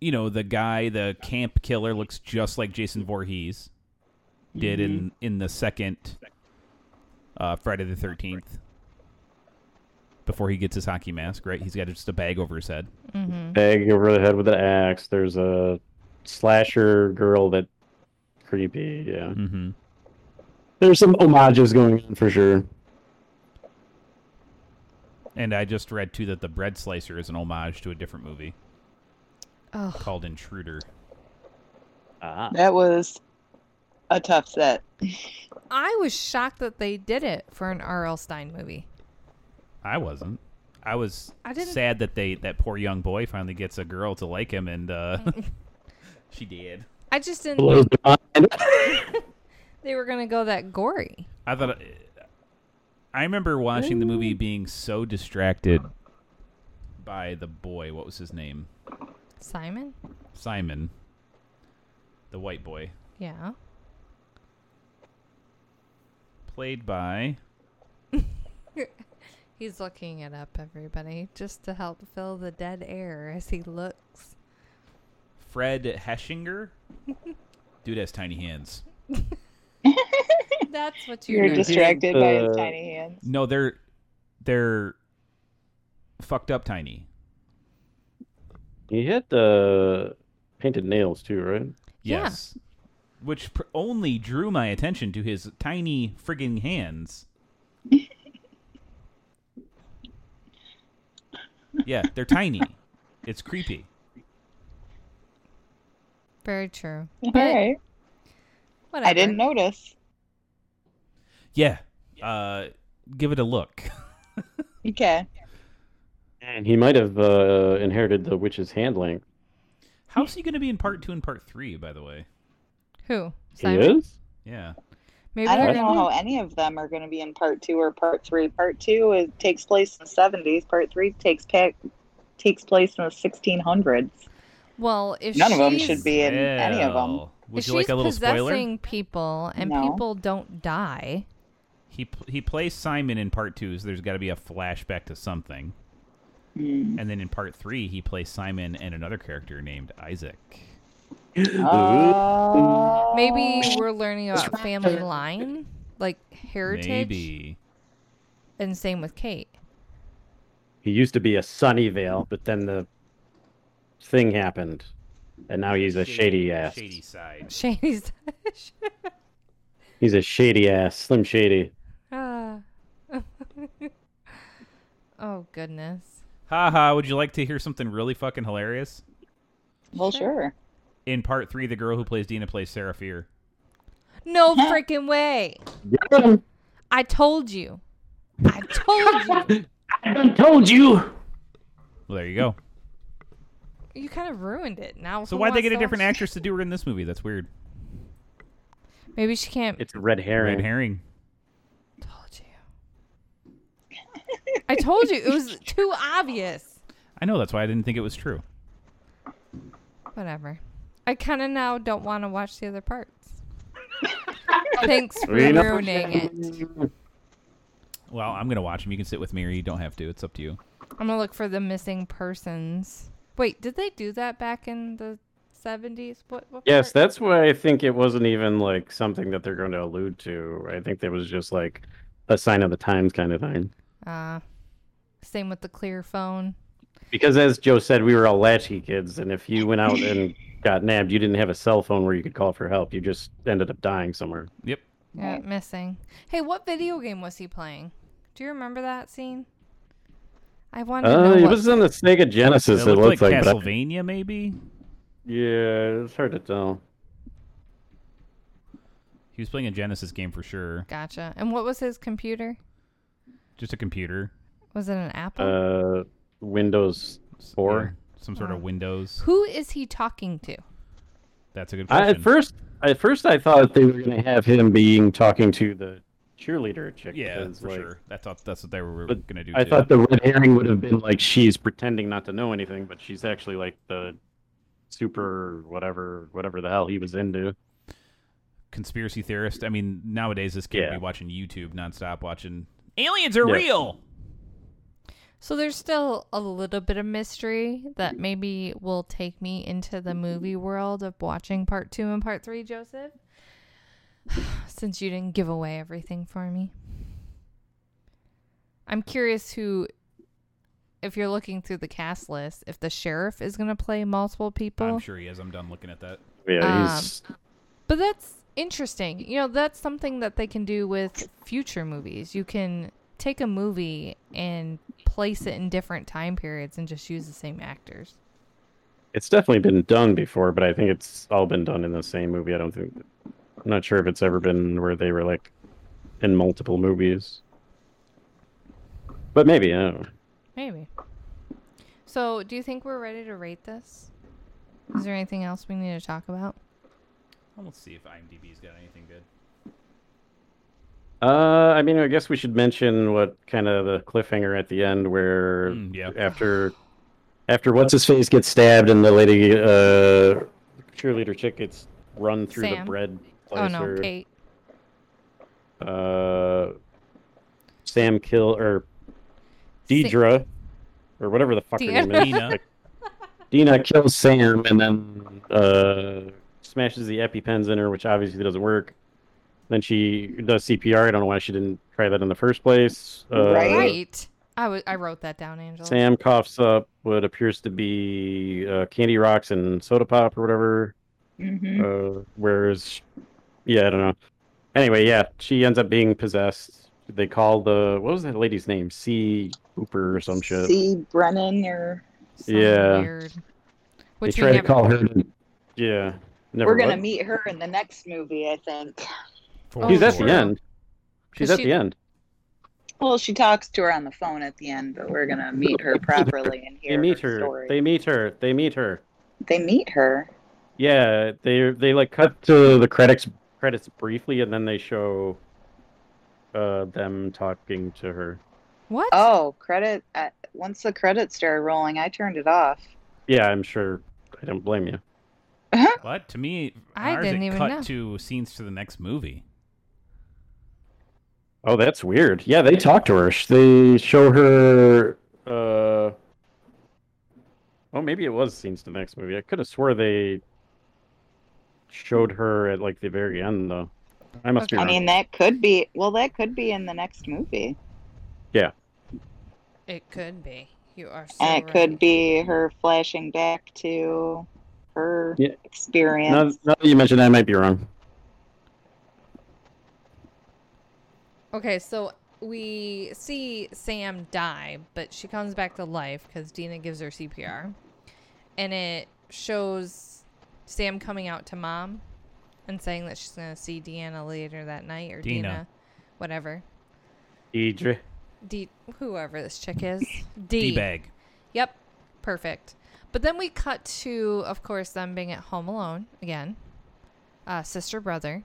Speaker 3: you know the guy, the camp killer, looks just like Jason Voorhees did in in the second uh, Friday the Thirteenth. Before he gets his hockey mask, right? He's got just a bag over his head.
Speaker 1: Mm-hmm.
Speaker 4: Bag over the head with an axe. There's a slasher girl that creepy. Yeah,
Speaker 3: Mm-hmm.
Speaker 4: there's some homages going on for sure.
Speaker 3: And I just read too that the bread slicer is an homage to a different movie
Speaker 1: Oh,
Speaker 3: called Intruder.
Speaker 4: Ah,
Speaker 2: That was a tough set.
Speaker 1: I was shocked that they did it for an R.L. Stein movie.
Speaker 3: I wasn't. I was
Speaker 1: I didn't-
Speaker 3: sad that they that poor young boy finally gets a girl to like him, and uh, she did.
Speaker 1: I just didn't.
Speaker 4: blows my mind.
Speaker 1: They were gonna go that gory.
Speaker 3: I thought uh, I remember watching the movie being so distracted by the boy. What was his name?
Speaker 1: Simon.
Speaker 3: Simon, the white boy,
Speaker 1: Yeah.
Speaker 3: played by
Speaker 1: He's looking it up, everybody, just to help fill the dead air as he looks.
Speaker 3: Fred Heshinger. Dude has tiny hands.
Speaker 1: That's what you're
Speaker 2: You're
Speaker 1: doing.
Speaker 2: distracted by his
Speaker 4: Uh,
Speaker 2: tiny hands.
Speaker 3: No, they're they're fucked up tiny.
Speaker 4: He had uh, painted nails too, right?
Speaker 1: Yeah.
Speaker 3: Yes. Which pr- only drew my attention to his tiny frigging hands. yeah, they're tiny. It's creepy.
Speaker 1: Very true.
Speaker 2: All
Speaker 1: But
Speaker 2: right.
Speaker 1: whatever.
Speaker 2: I didn't notice.
Speaker 3: Yeah. Uh, give it a look.
Speaker 2: Okay.
Speaker 4: And he might have uh, inherited the witch's hand length.
Speaker 3: How's he going to be in part two and part three, by the way?
Speaker 1: Who?
Speaker 4: He
Speaker 1: Simon.
Speaker 4: is.
Speaker 3: Yeah.
Speaker 1: Maybe
Speaker 2: I
Speaker 1: they're
Speaker 2: don't
Speaker 1: gonna-
Speaker 2: know how any of them are going to be in part two or part three. Part two is, takes place in the seventies. Part three takes pa- takes place in the sixteen hundreds.
Speaker 1: Well, if
Speaker 2: None of 'em
Speaker 1: she's-
Speaker 2: should be in any of 'em.
Speaker 3: Well, Would
Speaker 1: if
Speaker 3: you like
Speaker 1: she's
Speaker 3: a little spoiler?
Speaker 1: possessing people and
Speaker 2: No.
Speaker 1: people don't die,
Speaker 3: He, pl- he plays Simon in part two, so there's got to be a flashback to something.
Speaker 2: Hmm.
Speaker 3: And then in part three, he plays Simon and another character named Isaac.
Speaker 4: Uh,
Speaker 2: Oh.
Speaker 1: maybe we're learning about family line, like heritage,
Speaker 3: Maybe.
Speaker 1: and same with Kate.
Speaker 4: He used to be a Sunnyvale, but then the thing happened, and now he's a shady ass.
Speaker 3: Shady side.
Speaker 1: Shady's.
Speaker 4: He's a shady ass, Slim Shady.
Speaker 1: Ah. oh goodness.
Speaker 3: Haha, would you like to hear something really fucking hilarious?
Speaker 2: Well, sure.
Speaker 3: In part three, the girl who plays Dina plays Sarah Fear.
Speaker 1: No freaking way!
Speaker 4: Got him.
Speaker 1: I told you. I told you.
Speaker 5: I done told you.
Speaker 3: Well, there you go.
Speaker 1: You kind of ruined it. Now,
Speaker 3: So
Speaker 1: who
Speaker 3: why'd they
Speaker 1: wants
Speaker 3: get a
Speaker 1: to
Speaker 3: different
Speaker 1: watch-
Speaker 3: actress to do her in this movie? That's weird.
Speaker 1: Maybe she can't.
Speaker 4: It's a red herring.
Speaker 3: Red herring.
Speaker 1: told you. I told you it was too obvious.
Speaker 3: I know, that's why I didn't think it was true.
Speaker 1: Whatever. I kind of now don't want to watch the other parts. Thanks for
Speaker 4: We know-
Speaker 1: ruining it.
Speaker 3: Well, I'm going to watch him. You can sit with me or you don't have to. It's up to you.
Speaker 1: I'm gonna look for the missing persons. Wait, did they do that back in the 70s? What? what
Speaker 4: Yes,
Speaker 1: part?
Speaker 4: that's why I think it wasn't even like something that they're going to allude to. I think that was just like a sign of the times kind of thing.
Speaker 1: Uh, same with the clear phone.
Speaker 4: Because as Joe said, we were all latchkey kids, and if you went out and got nabbed, you didn't have a cell phone where you could call for help. You just ended up dying somewhere.
Speaker 3: Yep.
Speaker 1: Yeah,
Speaker 2: Right.
Speaker 1: missing. Hey, what video game was he playing? Do you remember that scene? I want to
Speaker 4: Uh,
Speaker 1: know.
Speaker 4: it
Speaker 1: What...
Speaker 4: was in the Sega Genesis. It,
Speaker 3: it looked
Speaker 4: looked
Speaker 3: like
Speaker 4: like, but I-
Speaker 3: Castlevania, maybe?
Speaker 4: yeah, it's hard to tell.
Speaker 3: He was playing a Genesis game for sure.
Speaker 1: Gotcha. And what was his computer?
Speaker 3: Just a computer.
Speaker 1: Was it an Apple?
Speaker 4: Uh, Windows
Speaker 3: S-
Speaker 4: Four.
Speaker 3: yeah, Some sort of Windows.
Speaker 1: Who is he talking to?
Speaker 3: That's a good
Speaker 4: I,
Speaker 3: question.
Speaker 4: at first, at first, I thought they were going to have him being talking to the cheerleader chick.
Speaker 3: Yeah,
Speaker 4: is,
Speaker 3: for
Speaker 4: like-
Speaker 3: sure. That's what, that's what they were
Speaker 4: But
Speaker 3: gonna do.
Speaker 4: I
Speaker 3: too.
Speaker 4: thought the red herring would have been like she's pretending not to know anything, but she's actually like the super whatever whatever the hell he was into.
Speaker 3: conspiracy theorist. I mean, nowadays this kid would
Speaker 4: Yeah.
Speaker 3: be watching YouTube nonstop, watching aliens are
Speaker 4: Yeah.
Speaker 3: real.
Speaker 1: So there's still a little bit of mystery that maybe will take me into the movie world of watching part two and part three, Joseph. Since you didn't give away everything for me. I'm curious who, if you're looking through the cast list, if the sheriff is going to play multiple people.
Speaker 3: I'm sure he is. I'm done looking at that.
Speaker 4: Oh, Yeah,
Speaker 1: Um,
Speaker 4: he's
Speaker 1: But that's interesting. You know, that's something that they can do with future movies. You can take a movie and place it in different time periods and just use the same actors.
Speaker 4: it's definitely been done before, but I think it's all been done in the same movie. I don't think I'm not sure if it's ever been where they were like in multiple movies. But maybe, I don't know.
Speaker 1: Maybe. So, do you think we're ready to rate this? Is there anything else we need to talk about?
Speaker 3: Well, Let's see if IMDb's got anything good.
Speaker 4: Uh, I mean, I guess we should mention what kind of the cliffhanger at the end where
Speaker 3: Mm, yeah.
Speaker 4: after after what's his face gets stabbed and the lady uh cheerleader chick gets run through
Speaker 1: Sam.
Speaker 4: the bread
Speaker 1: Oh no,
Speaker 4: slicer.
Speaker 1: Kate.
Speaker 4: Uh, Sam kill or
Speaker 1: Sa-
Speaker 4: Deidre or whatever the fuck her name is.
Speaker 3: Dina.
Speaker 4: Like, Dina kills Sam and then uh, smashes the EpiPens in her, which obviously doesn't work. Then she does CPR. I don't know why she didn't try that in the first place. Uh,
Speaker 1: Right. I wa- I wrote that down, Angela.
Speaker 4: Sam coughs up what appears to be uh, candy rocks and soda pop or whatever.
Speaker 2: hmm
Speaker 1: Mm.
Speaker 4: Uh, whereas, yeah, I don't know. Anyway, yeah, she ends up being possessed. They call the what was that lady's name? C. Hooper or some shit.
Speaker 2: See Brennan or
Speaker 1: Some
Speaker 4: yeah.
Speaker 1: Weird.
Speaker 4: they
Speaker 1: Which we
Speaker 4: try to
Speaker 1: never,
Speaker 4: call her. Yeah, never.
Speaker 2: we're gonna
Speaker 4: what?
Speaker 2: meet her in the next movie, I think.
Speaker 1: Oh,
Speaker 4: She's at
Speaker 1: sure.
Speaker 4: the end. She's
Speaker 1: Is
Speaker 4: at
Speaker 1: she-
Speaker 4: the end.
Speaker 2: Well, she talks to her on the phone at the end, but we're gonna meet her properly and hear
Speaker 4: They meet
Speaker 2: her,
Speaker 4: her.
Speaker 2: story.
Speaker 4: They meet her. They meet her.
Speaker 2: They meet her.
Speaker 4: Yeah, they they like cut to the credits credits briefly, and then they show uh them talking to her.
Speaker 1: What?
Speaker 2: Oh, credit! Uh, once the credits started rolling, I turned it off.
Speaker 4: Yeah, I'm sure. I don't blame you.
Speaker 3: What to me?
Speaker 1: I
Speaker 3: ours,
Speaker 1: didn't
Speaker 3: it
Speaker 1: even
Speaker 3: cut
Speaker 1: know.
Speaker 3: to scenes to the next movie.
Speaker 4: Oh, that's weird. Yeah, they talk to her. Sh- They show her. uh Oh, maybe it was scenes to the next movie. I could have swore they showed her at like the very end, though. I must be
Speaker 2: I
Speaker 4: wrong.
Speaker 2: mean, that could be. Well, that could be in the next movie.
Speaker 1: It could be. You are so
Speaker 2: And it could be her flashing back to her
Speaker 4: Yeah. now,
Speaker 2: experience.
Speaker 4: now that you mentioned that, I might be wrong.
Speaker 1: Okay, so we see Sam die, but she comes back to life because Dina gives her CPR. And it shows Sam coming out to mom and saying that she's going to see Deanna later that night or Dina,
Speaker 3: Dina.
Speaker 1: whatever.
Speaker 4: Deidre.
Speaker 1: D, whoever this chick is.
Speaker 3: D
Speaker 1: D.
Speaker 3: bag.
Speaker 1: Yep. Perfect. But then we cut to, of course, them being at home alone again. Uh, sister, brother.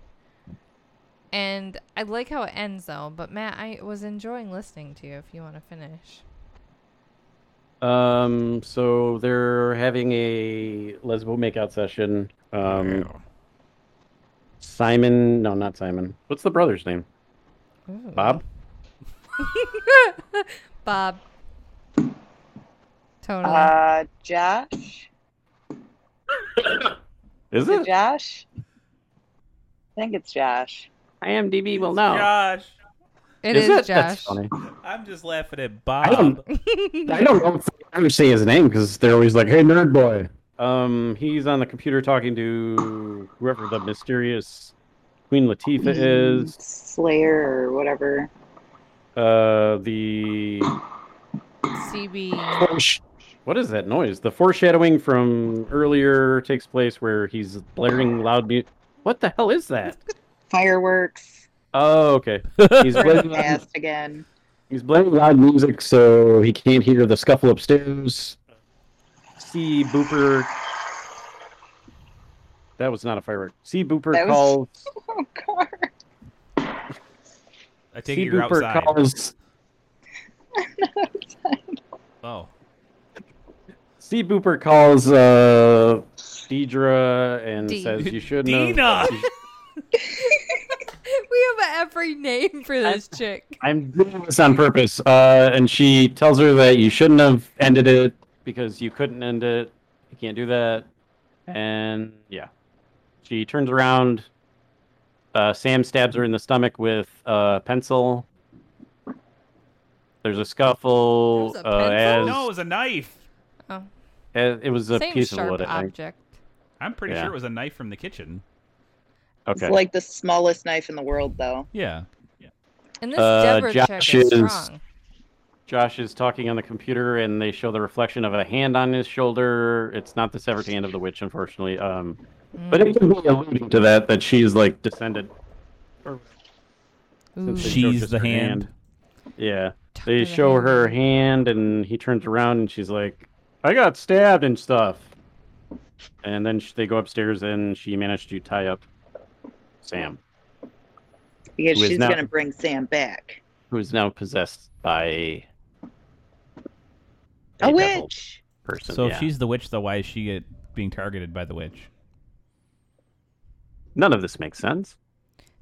Speaker 1: And I like how it ends, though. But Matt, I was enjoying listening to you if you want to finish.
Speaker 4: Um, so they're having a lesbo makeout session. Um, Simon, no, not Simon. What's the brother's name? Bob.
Speaker 1: Bob. Totally.
Speaker 2: Uh, Josh,
Speaker 4: Is
Speaker 2: is it
Speaker 4: it?
Speaker 2: Josh? I think it's Josh.
Speaker 4: IMDb will know.
Speaker 3: Josh,
Speaker 1: it is,
Speaker 4: it? That's
Speaker 1: Josh.
Speaker 4: funny.
Speaker 3: I'm just laughing at
Speaker 4: I
Speaker 3: Bob.
Speaker 4: don't. I don't know if I ever say his name because they're always like, "Hey, nerd boy." Um, he's on the computer talking to whoever the mysterious Queen Latifah is.
Speaker 2: Slayer or whatever.
Speaker 4: Uh, the
Speaker 1: CB.
Speaker 4: what is that noise? The foreshadowing from earlier takes place where he's blaring loud music. What the hell is that?
Speaker 2: Fireworks.
Speaker 4: Oh, okay. He's
Speaker 2: We're
Speaker 4: blaring,
Speaker 2: fast again.
Speaker 4: he's blaring loud music so he can't hear the scuffle upstairs. See Booper. That was not a firework. See Booper
Speaker 2: Oh, That was-
Speaker 4: calls.
Speaker 2: Oh, God.
Speaker 3: I take
Speaker 4: See
Speaker 3: it you're
Speaker 4: Booper
Speaker 3: outside.
Speaker 4: calls.
Speaker 3: Oh,
Speaker 4: See Booper calls uh, Deidre and
Speaker 1: Dee.
Speaker 4: says you shouldn't
Speaker 3: Dina.
Speaker 4: have.
Speaker 1: we have every name for this chick.
Speaker 4: I'm doing this on purpose. Uh, and she tells her that you shouldn't have ended it because you couldn't end it. You can't do that. And yeah, she turns around. Uh, Sam stabs her in the stomach with a pencil. There's a scuffle.
Speaker 1: There's a
Speaker 4: uh,
Speaker 1: pencil?
Speaker 4: as,
Speaker 3: no, it was a knife.
Speaker 1: Oh,
Speaker 4: as- it was a
Speaker 1: same
Speaker 4: piece of
Speaker 1: sharp
Speaker 4: wood. I think.
Speaker 1: object.
Speaker 3: I'm pretty
Speaker 4: Yeah.
Speaker 3: sure it was a knife from the kitchen.
Speaker 4: Okay.
Speaker 2: It's like the smallest knife in the world, though.
Speaker 3: Yeah.
Speaker 1: And this
Speaker 4: Uh,
Speaker 1: Deborah
Speaker 4: Josh
Speaker 1: chick is
Speaker 4: is-
Speaker 1: strong.
Speaker 4: Josh is talking on the computer, and they show the reflection of a hand on his shoulder. It's not the severed hand of the witch, unfortunately. Um, But it could be alluding to that that she's like descended.
Speaker 1: Ooh,
Speaker 4: They show
Speaker 3: Mm. She's
Speaker 4: just
Speaker 3: the
Speaker 4: her
Speaker 3: hand.
Speaker 4: Yeah.
Speaker 1: tuck
Speaker 4: They
Speaker 1: the
Speaker 4: show
Speaker 1: hand.
Speaker 4: her hand and he turns around and she's like, I got stabbed and stuff. And then sh- they go upstairs and she managed to tie up Sam,
Speaker 2: Because
Speaker 4: Who is
Speaker 2: she's
Speaker 4: now-
Speaker 2: going to bring Sam back.
Speaker 4: who is now possessed by a
Speaker 2: A
Speaker 4: devil
Speaker 2: witch!
Speaker 4: person.
Speaker 3: So if
Speaker 4: yeah.
Speaker 3: she's the witch, though, why is she get, being targeted by the witch?
Speaker 4: None of this makes sense.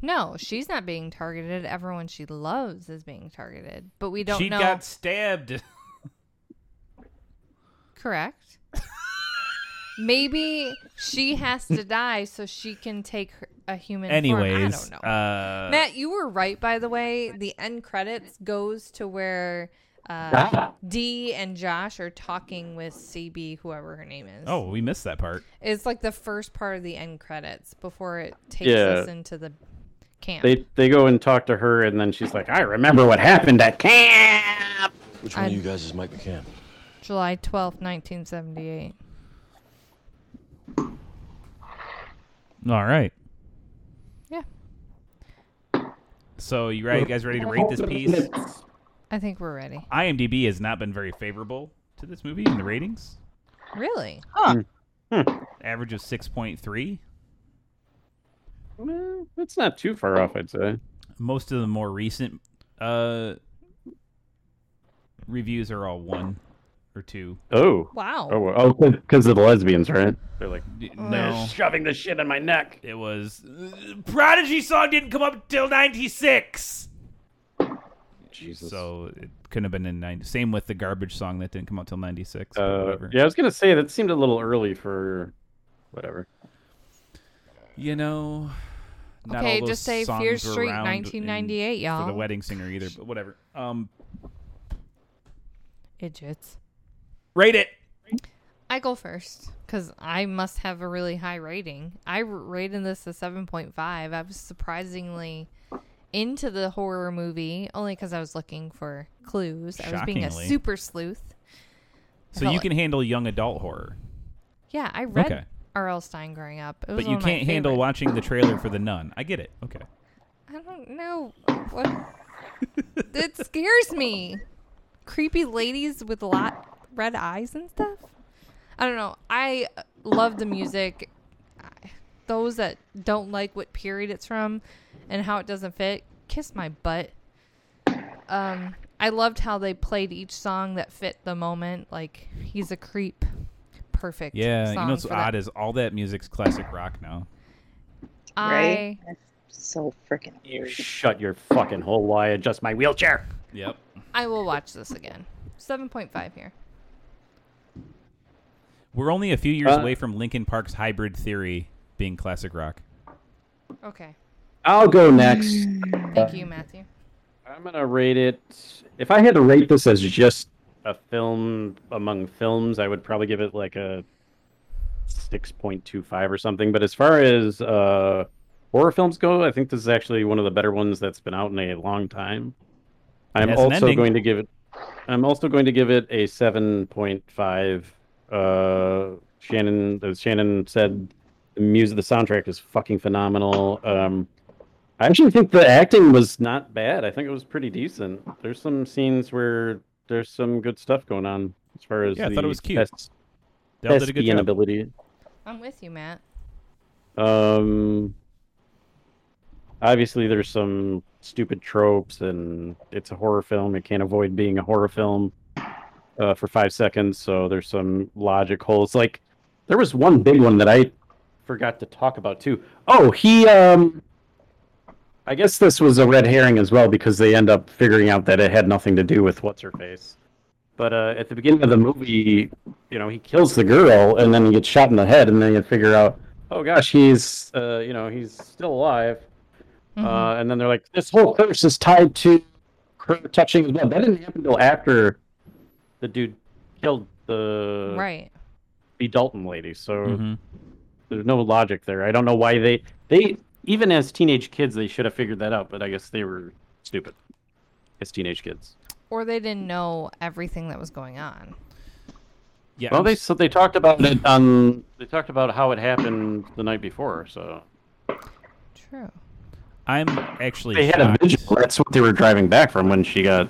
Speaker 1: No, she's not being targeted. Everyone she loves is being targeted. But we don't
Speaker 3: she
Speaker 1: know.
Speaker 3: got stabbed.
Speaker 1: Correct. Maybe she has to die so she can take her, a human. form.
Speaker 3: Anyways,
Speaker 1: I don't know.
Speaker 3: uh,
Speaker 1: Matt, you were right. By the way, the end credits goes to where uh,
Speaker 4: Ah,
Speaker 1: D and Josh are talking with CB, whoever her name is.
Speaker 3: oh, we missed that part.
Speaker 1: it's like the first part of the end credits before it takes
Speaker 4: Yeah.
Speaker 1: us into the camp.
Speaker 4: They they go and talk to her and then she's like, I remember what happened at camp.
Speaker 6: Which one
Speaker 1: I-
Speaker 6: of you guys is Mike McCann?
Speaker 1: July twelfth, nineteen seventy-eight.
Speaker 3: All right.
Speaker 1: Yeah.
Speaker 3: So you, right, you guys ready to rate this piece?
Speaker 1: I think we're ready.
Speaker 3: IMDb has not been very favorable to this movie in the ratings.
Speaker 1: Really?
Speaker 3: Average of six point three.
Speaker 4: Well, Eh, It's not too far off, I'd say.
Speaker 3: Most of the more recent uh, reviews are all one or two.
Speaker 4: Oh.
Speaker 1: Wow.
Speaker 4: Oh, well- oh, because of the lesbians, right? They're like,
Speaker 3: D-
Speaker 1: Oh,
Speaker 4: they're
Speaker 3: No,
Speaker 4: shoving the shit in my neck.
Speaker 3: it was Prodigy song didn't come up till ninety six.
Speaker 6: Jesus.
Speaker 3: So it couldn't have been in 90. Same with the garbage song that didn't come out till 96. but
Speaker 4: Uh,
Speaker 3: whatever.
Speaker 4: yeah, I was gonna say that seemed a little early for whatever.
Speaker 3: You know, not
Speaker 1: Okay,
Speaker 3: all those
Speaker 1: just say
Speaker 3: songs
Speaker 1: Fear
Speaker 3: were
Speaker 1: Street,
Speaker 3: around in-
Speaker 1: 1998,
Speaker 3: For
Speaker 1: y'all.
Speaker 3: the wedding singer either, but whatever. Um,
Speaker 1: Idiots.
Speaker 3: rate it.
Speaker 1: I go first because I must have a really high rating. I r- rated this a 7.5. I was surprisingly into the horror movie only because I was looking for clues. I was being a
Speaker 3: Shockingly.
Speaker 1: super sleuth. I
Speaker 3: So
Speaker 1: felt
Speaker 3: you
Speaker 1: like-
Speaker 3: can handle young adult horror,
Speaker 1: Yeah, I read
Speaker 3: Okay.
Speaker 1: R.L. Stein growing up. It was
Speaker 3: but
Speaker 1: one
Speaker 3: you
Speaker 1: of my
Speaker 3: can't handle
Speaker 1: favorite-
Speaker 3: watching the trailer for The Nun. I get it. Okay.
Speaker 1: I don't know. What? it scares me. Creepy ladies with lot red eyes and stuff. I don't know. I love the music. I- Those that don't like what period it's from and how it doesn't fit, kiss my butt. Um, I loved how they played each song that fit the moment. Like he's a creep. Perfect.
Speaker 3: Yeah, you
Speaker 1: song
Speaker 3: know what's
Speaker 1: for that.
Speaker 3: odd is all that music's classic rock now.
Speaker 1: I
Speaker 2: Right? That's so freaking
Speaker 4: You
Speaker 2: weird.
Speaker 4: shut your fucking hole while I adjust my wheelchair.
Speaker 3: Yep.
Speaker 1: I will watch this again. Seven point five here.
Speaker 3: We're only a few years
Speaker 4: Uh,
Speaker 3: away from Linkin Park's Hybrid Theory being classic rock.
Speaker 1: Okay.
Speaker 4: I'll go next.
Speaker 3: Uh,
Speaker 1: Thank you, Matthew.
Speaker 4: I'm gonna rate it. If I had to rate this as just a film among films, I would probably give it like a six point two five or something. But as far as uh, horror films go, I think this is actually one of the better ones that's been out in a long time. I'm
Speaker 3: It has an
Speaker 4: also
Speaker 3: ending.
Speaker 4: going to give it. I'm also going to give it a seven point five. Uh, Shannon, as Shannon said, the music, the soundtrack is fucking phenomenal. Um, I actually think the acting was not bad. I think it was pretty decent. There's some scenes where there's some good stuff going on as far as
Speaker 3: Yeah, I
Speaker 4: the
Speaker 3: thought it was cute.
Speaker 4: Tes-
Speaker 3: Dell did a good
Speaker 4: thespian
Speaker 3: job.
Speaker 4: ability.
Speaker 1: I'm with you, Matt.
Speaker 4: Um, obviously there's some stupid tropes and it's a horror film it can't avoid being a horror film uh, for five seconds so there's some logic holes like there was one big one that i forgot to talk about too oh he um i guess this was a red herring as well because they end up figuring out that it had nothing to do with what's her face but uh, at the beginning of the movie you know he kills the girl and then he gets shot in the head and then you figure out oh gosh he's uh, you know he's still alive
Speaker 1: Mhm.
Speaker 4: uh, and then they're like, this whole curse is tied to her touching his blood. That didn't happen until after the dude killed the
Speaker 1: Mm-hmm. right.
Speaker 4: B. Dalton lady. So
Speaker 3: Mhm.
Speaker 4: there's no logic there. I don't know why they they even as teenage kids they should have figured that out, but I guess they were stupid as teenage kids.
Speaker 1: Or they didn't know everything that was going on.
Speaker 3: Yeah.
Speaker 4: Well,
Speaker 3: I'm
Speaker 4: they
Speaker 3: s-
Speaker 4: so they talked about it on they talked about how it happened the night before. So
Speaker 1: True.
Speaker 3: I'm actually
Speaker 4: they had a
Speaker 3: shocked.
Speaker 4: visual. That's what they were driving back from when she got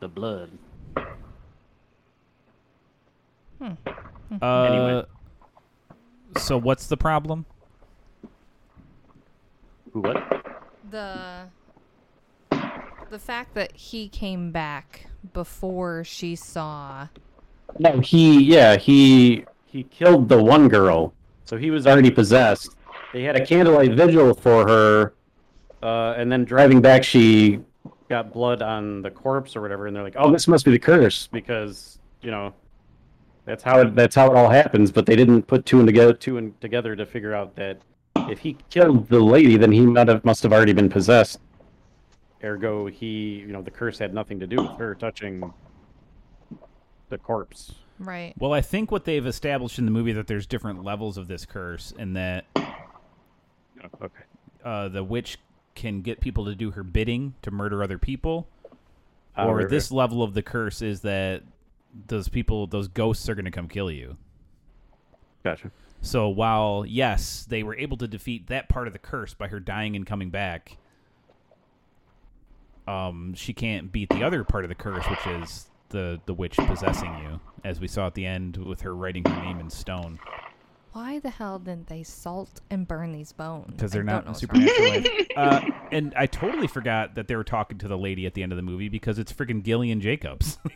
Speaker 4: the blood.
Speaker 3: Uh,
Speaker 4: Anyway.
Speaker 3: So what's the problem?
Speaker 4: Who what?
Speaker 1: The the fact that he came back before she saw
Speaker 4: No, he yeah, he he killed the one girl. So he was already possessed. They had a candlelight vigil for her, uh, and then driving back, she got blood on the corpse or whatever, and they're like, "Oh, this must be the curse," because you know that's how it that's how it all happens. But they didn't put two and together two and together to figure out that if he killed the lady, then he might have must have already been possessed. Ergo, he you know the curse had nothing to do with her touching the corpse.
Speaker 1: right.
Speaker 3: Well, I think what they've established in the movie that there's different levels of this curse, and that
Speaker 4: Okay.
Speaker 3: uh, the witch can get people to do her bidding to murder other people,
Speaker 4: Uh,
Speaker 3: or
Speaker 4: right, right.
Speaker 3: this level of the curse is that those people, those ghosts, are going to come kill you.
Speaker 4: Gotcha.
Speaker 3: So while yes, they were able to defeat that part of the curse by her dying and coming back, um, she can't beat the other part of the curse, which is the the witch possessing you, as we saw at the end with her writing her name in stone,
Speaker 1: Why the hell didn't they salt and burn these bones?
Speaker 3: because
Speaker 1: I
Speaker 3: they're
Speaker 1: don't know
Speaker 3: not
Speaker 1: what's wrong.
Speaker 3: supernatural. uh, and I totally forgot that they were talking to the lady at the end of the movie because it's freaking Gillian Jacobs.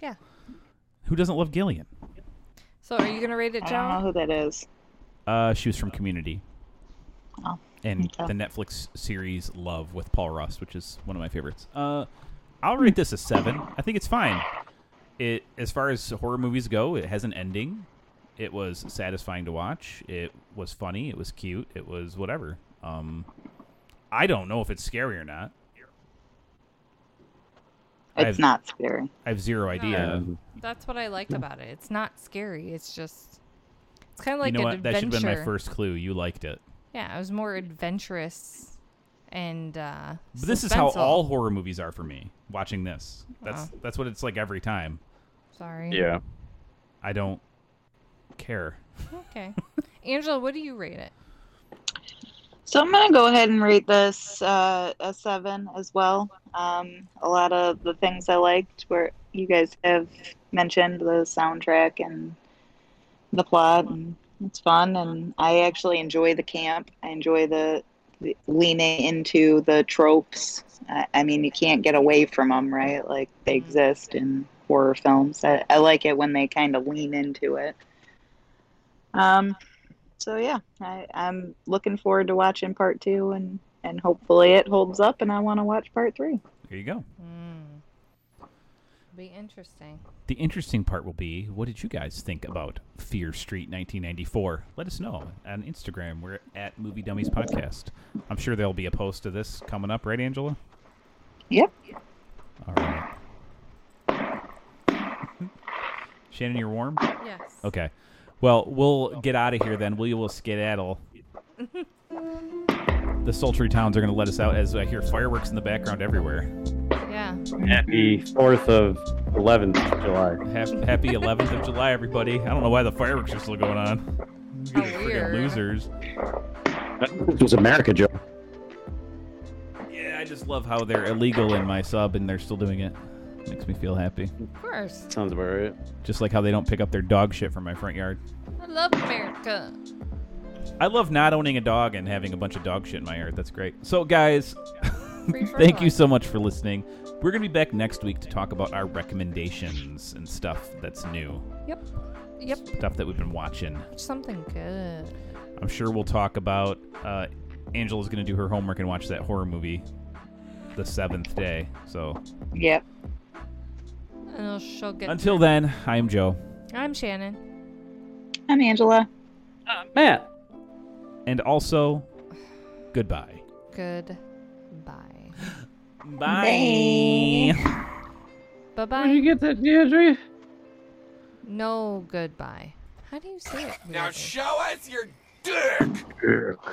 Speaker 1: Yeah.
Speaker 3: Who doesn't love Gillian?
Speaker 1: So are you gonna rate it,
Speaker 2: I don't know
Speaker 1: John?
Speaker 2: who that is.
Speaker 3: Uh, she was from Community.
Speaker 2: Oh,
Speaker 3: and
Speaker 2: okay.
Speaker 3: the Netflix series Love with Paul Russ, which is one of my favorites. Uh, I'll rate this a seven. I think it's fine. It, as far as horror movies go, it has an ending. It was satisfying to watch. It was funny. It was cute. It was whatever. Um, I don't know if it's scary or not.
Speaker 2: It's
Speaker 3: I've-
Speaker 2: not scary.
Speaker 3: I have zero idea.
Speaker 4: Um,
Speaker 1: That's what I liked about it. It's not scary. It's just it's kind of
Speaker 3: you
Speaker 1: like
Speaker 3: know
Speaker 1: an
Speaker 3: what? That should
Speaker 1: adventure.
Speaker 3: have been my first clue. You liked it.
Speaker 1: Yeah, it was more adventurous and uh
Speaker 3: But this is how
Speaker 1: suspenseful.
Speaker 3: all horror movies are for me. Watching this, that's that's what it's like every time.
Speaker 1: Sorry.
Speaker 4: Yeah.
Speaker 3: I don't care.
Speaker 1: Okay. Angela, what do you rate it?
Speaker 2: So I'm gonna go ahead and rate this uh, a seven as well. Um, a lot of the things I liked were you guys have mentioned the soundtrack and the plot, and it's fun. And I actually enjoy the camp. I enjoy the, the leaning into the tropes. I, I mean, you can't get away from them, right? Like they exist in horror films. I, I like it when they kind of lean into it. Um, so yeah I, i'm looking forward to watching part two and and hopefully it holds up and i want to watch part three
Speaker 3: There you go.
Speaker 4: Hmm.
Speaker 1: Mm. Be interesting.
Speaker 3: The interesting part will be what did you guys think about Fear Street 1994? Let us know on Instagram. We're at Movie Dummies Podcast. I'm sure there'll be a post of this coming up, right, Angela?
Speaker 2: yep
Speaker 3: All right. Shannon, you're warm?
Speaker 1: Yes.
Speaker 3: Okay. Well, we'll get out of here then. We will skedaddle. the sultry towns are going to let us out as I hear fireworks in the background everywhere.
Speaker 1: Yeah.
Speaker 4: Happy 4th of 11th of July.
Speaker 3: Hap happy 11th of July, everybody. I don't know why the fireworks are still going on. You
Speaker 1: How
Speaker 3: guys are freaking
Speaker 1: weird.
Speaker 3: losers.
Speaker 4: This was America, Joe.
Speaker 3: Yeah, I just love how they're illegal in my sub and they're still doing it. Makes me feel happy.
Speaker 1: Of course.
Speaker 4: Sounds about right.
Speaker 3: Just like how they don't pick up their dog shit from my front yard.
Speaker 1: I love America.
Speaker 3: I love not owning a dog and having a bunch of dog shit in my yard. That's great. So, guys,
Speaker 1: Free for
Speaker 3: thank you
Speaker 1: all.
Speaker 3: so much for listening. We're going to be back next week to talk about our recommendations and stuff that's new,
Speaker 1: Yep. Yep.
Speaker 3: stuff that we've been watching.
Speaker 1: Something good.
Speaker 3: I'm sure we'll talk about uh, Angela's going to do her homework and watch that horror movie, The Seventh Day. So,
Speaker 2: Yep.
Speaker 1: And she'll get.
Speaker 3: until then, I'm Joe.
Speaker 1: I'm Shannon.
Speaker 2: I'm Angela.
Speaker 4: Matt.
Speaker 3: And also, goodbye.
Speaker 1: Good. Bye.
Speaker 2: Bye.
Speaker 1: Bye
Speaker 4: Where'd
Speaker 1: bye.
Speaker 4: you get that, Deirdre?
Speaker 1: No goodbye. How do you say it?
Speaker 7: Now
Speaker 1: weirdly?
Speaker 7: show us your dick!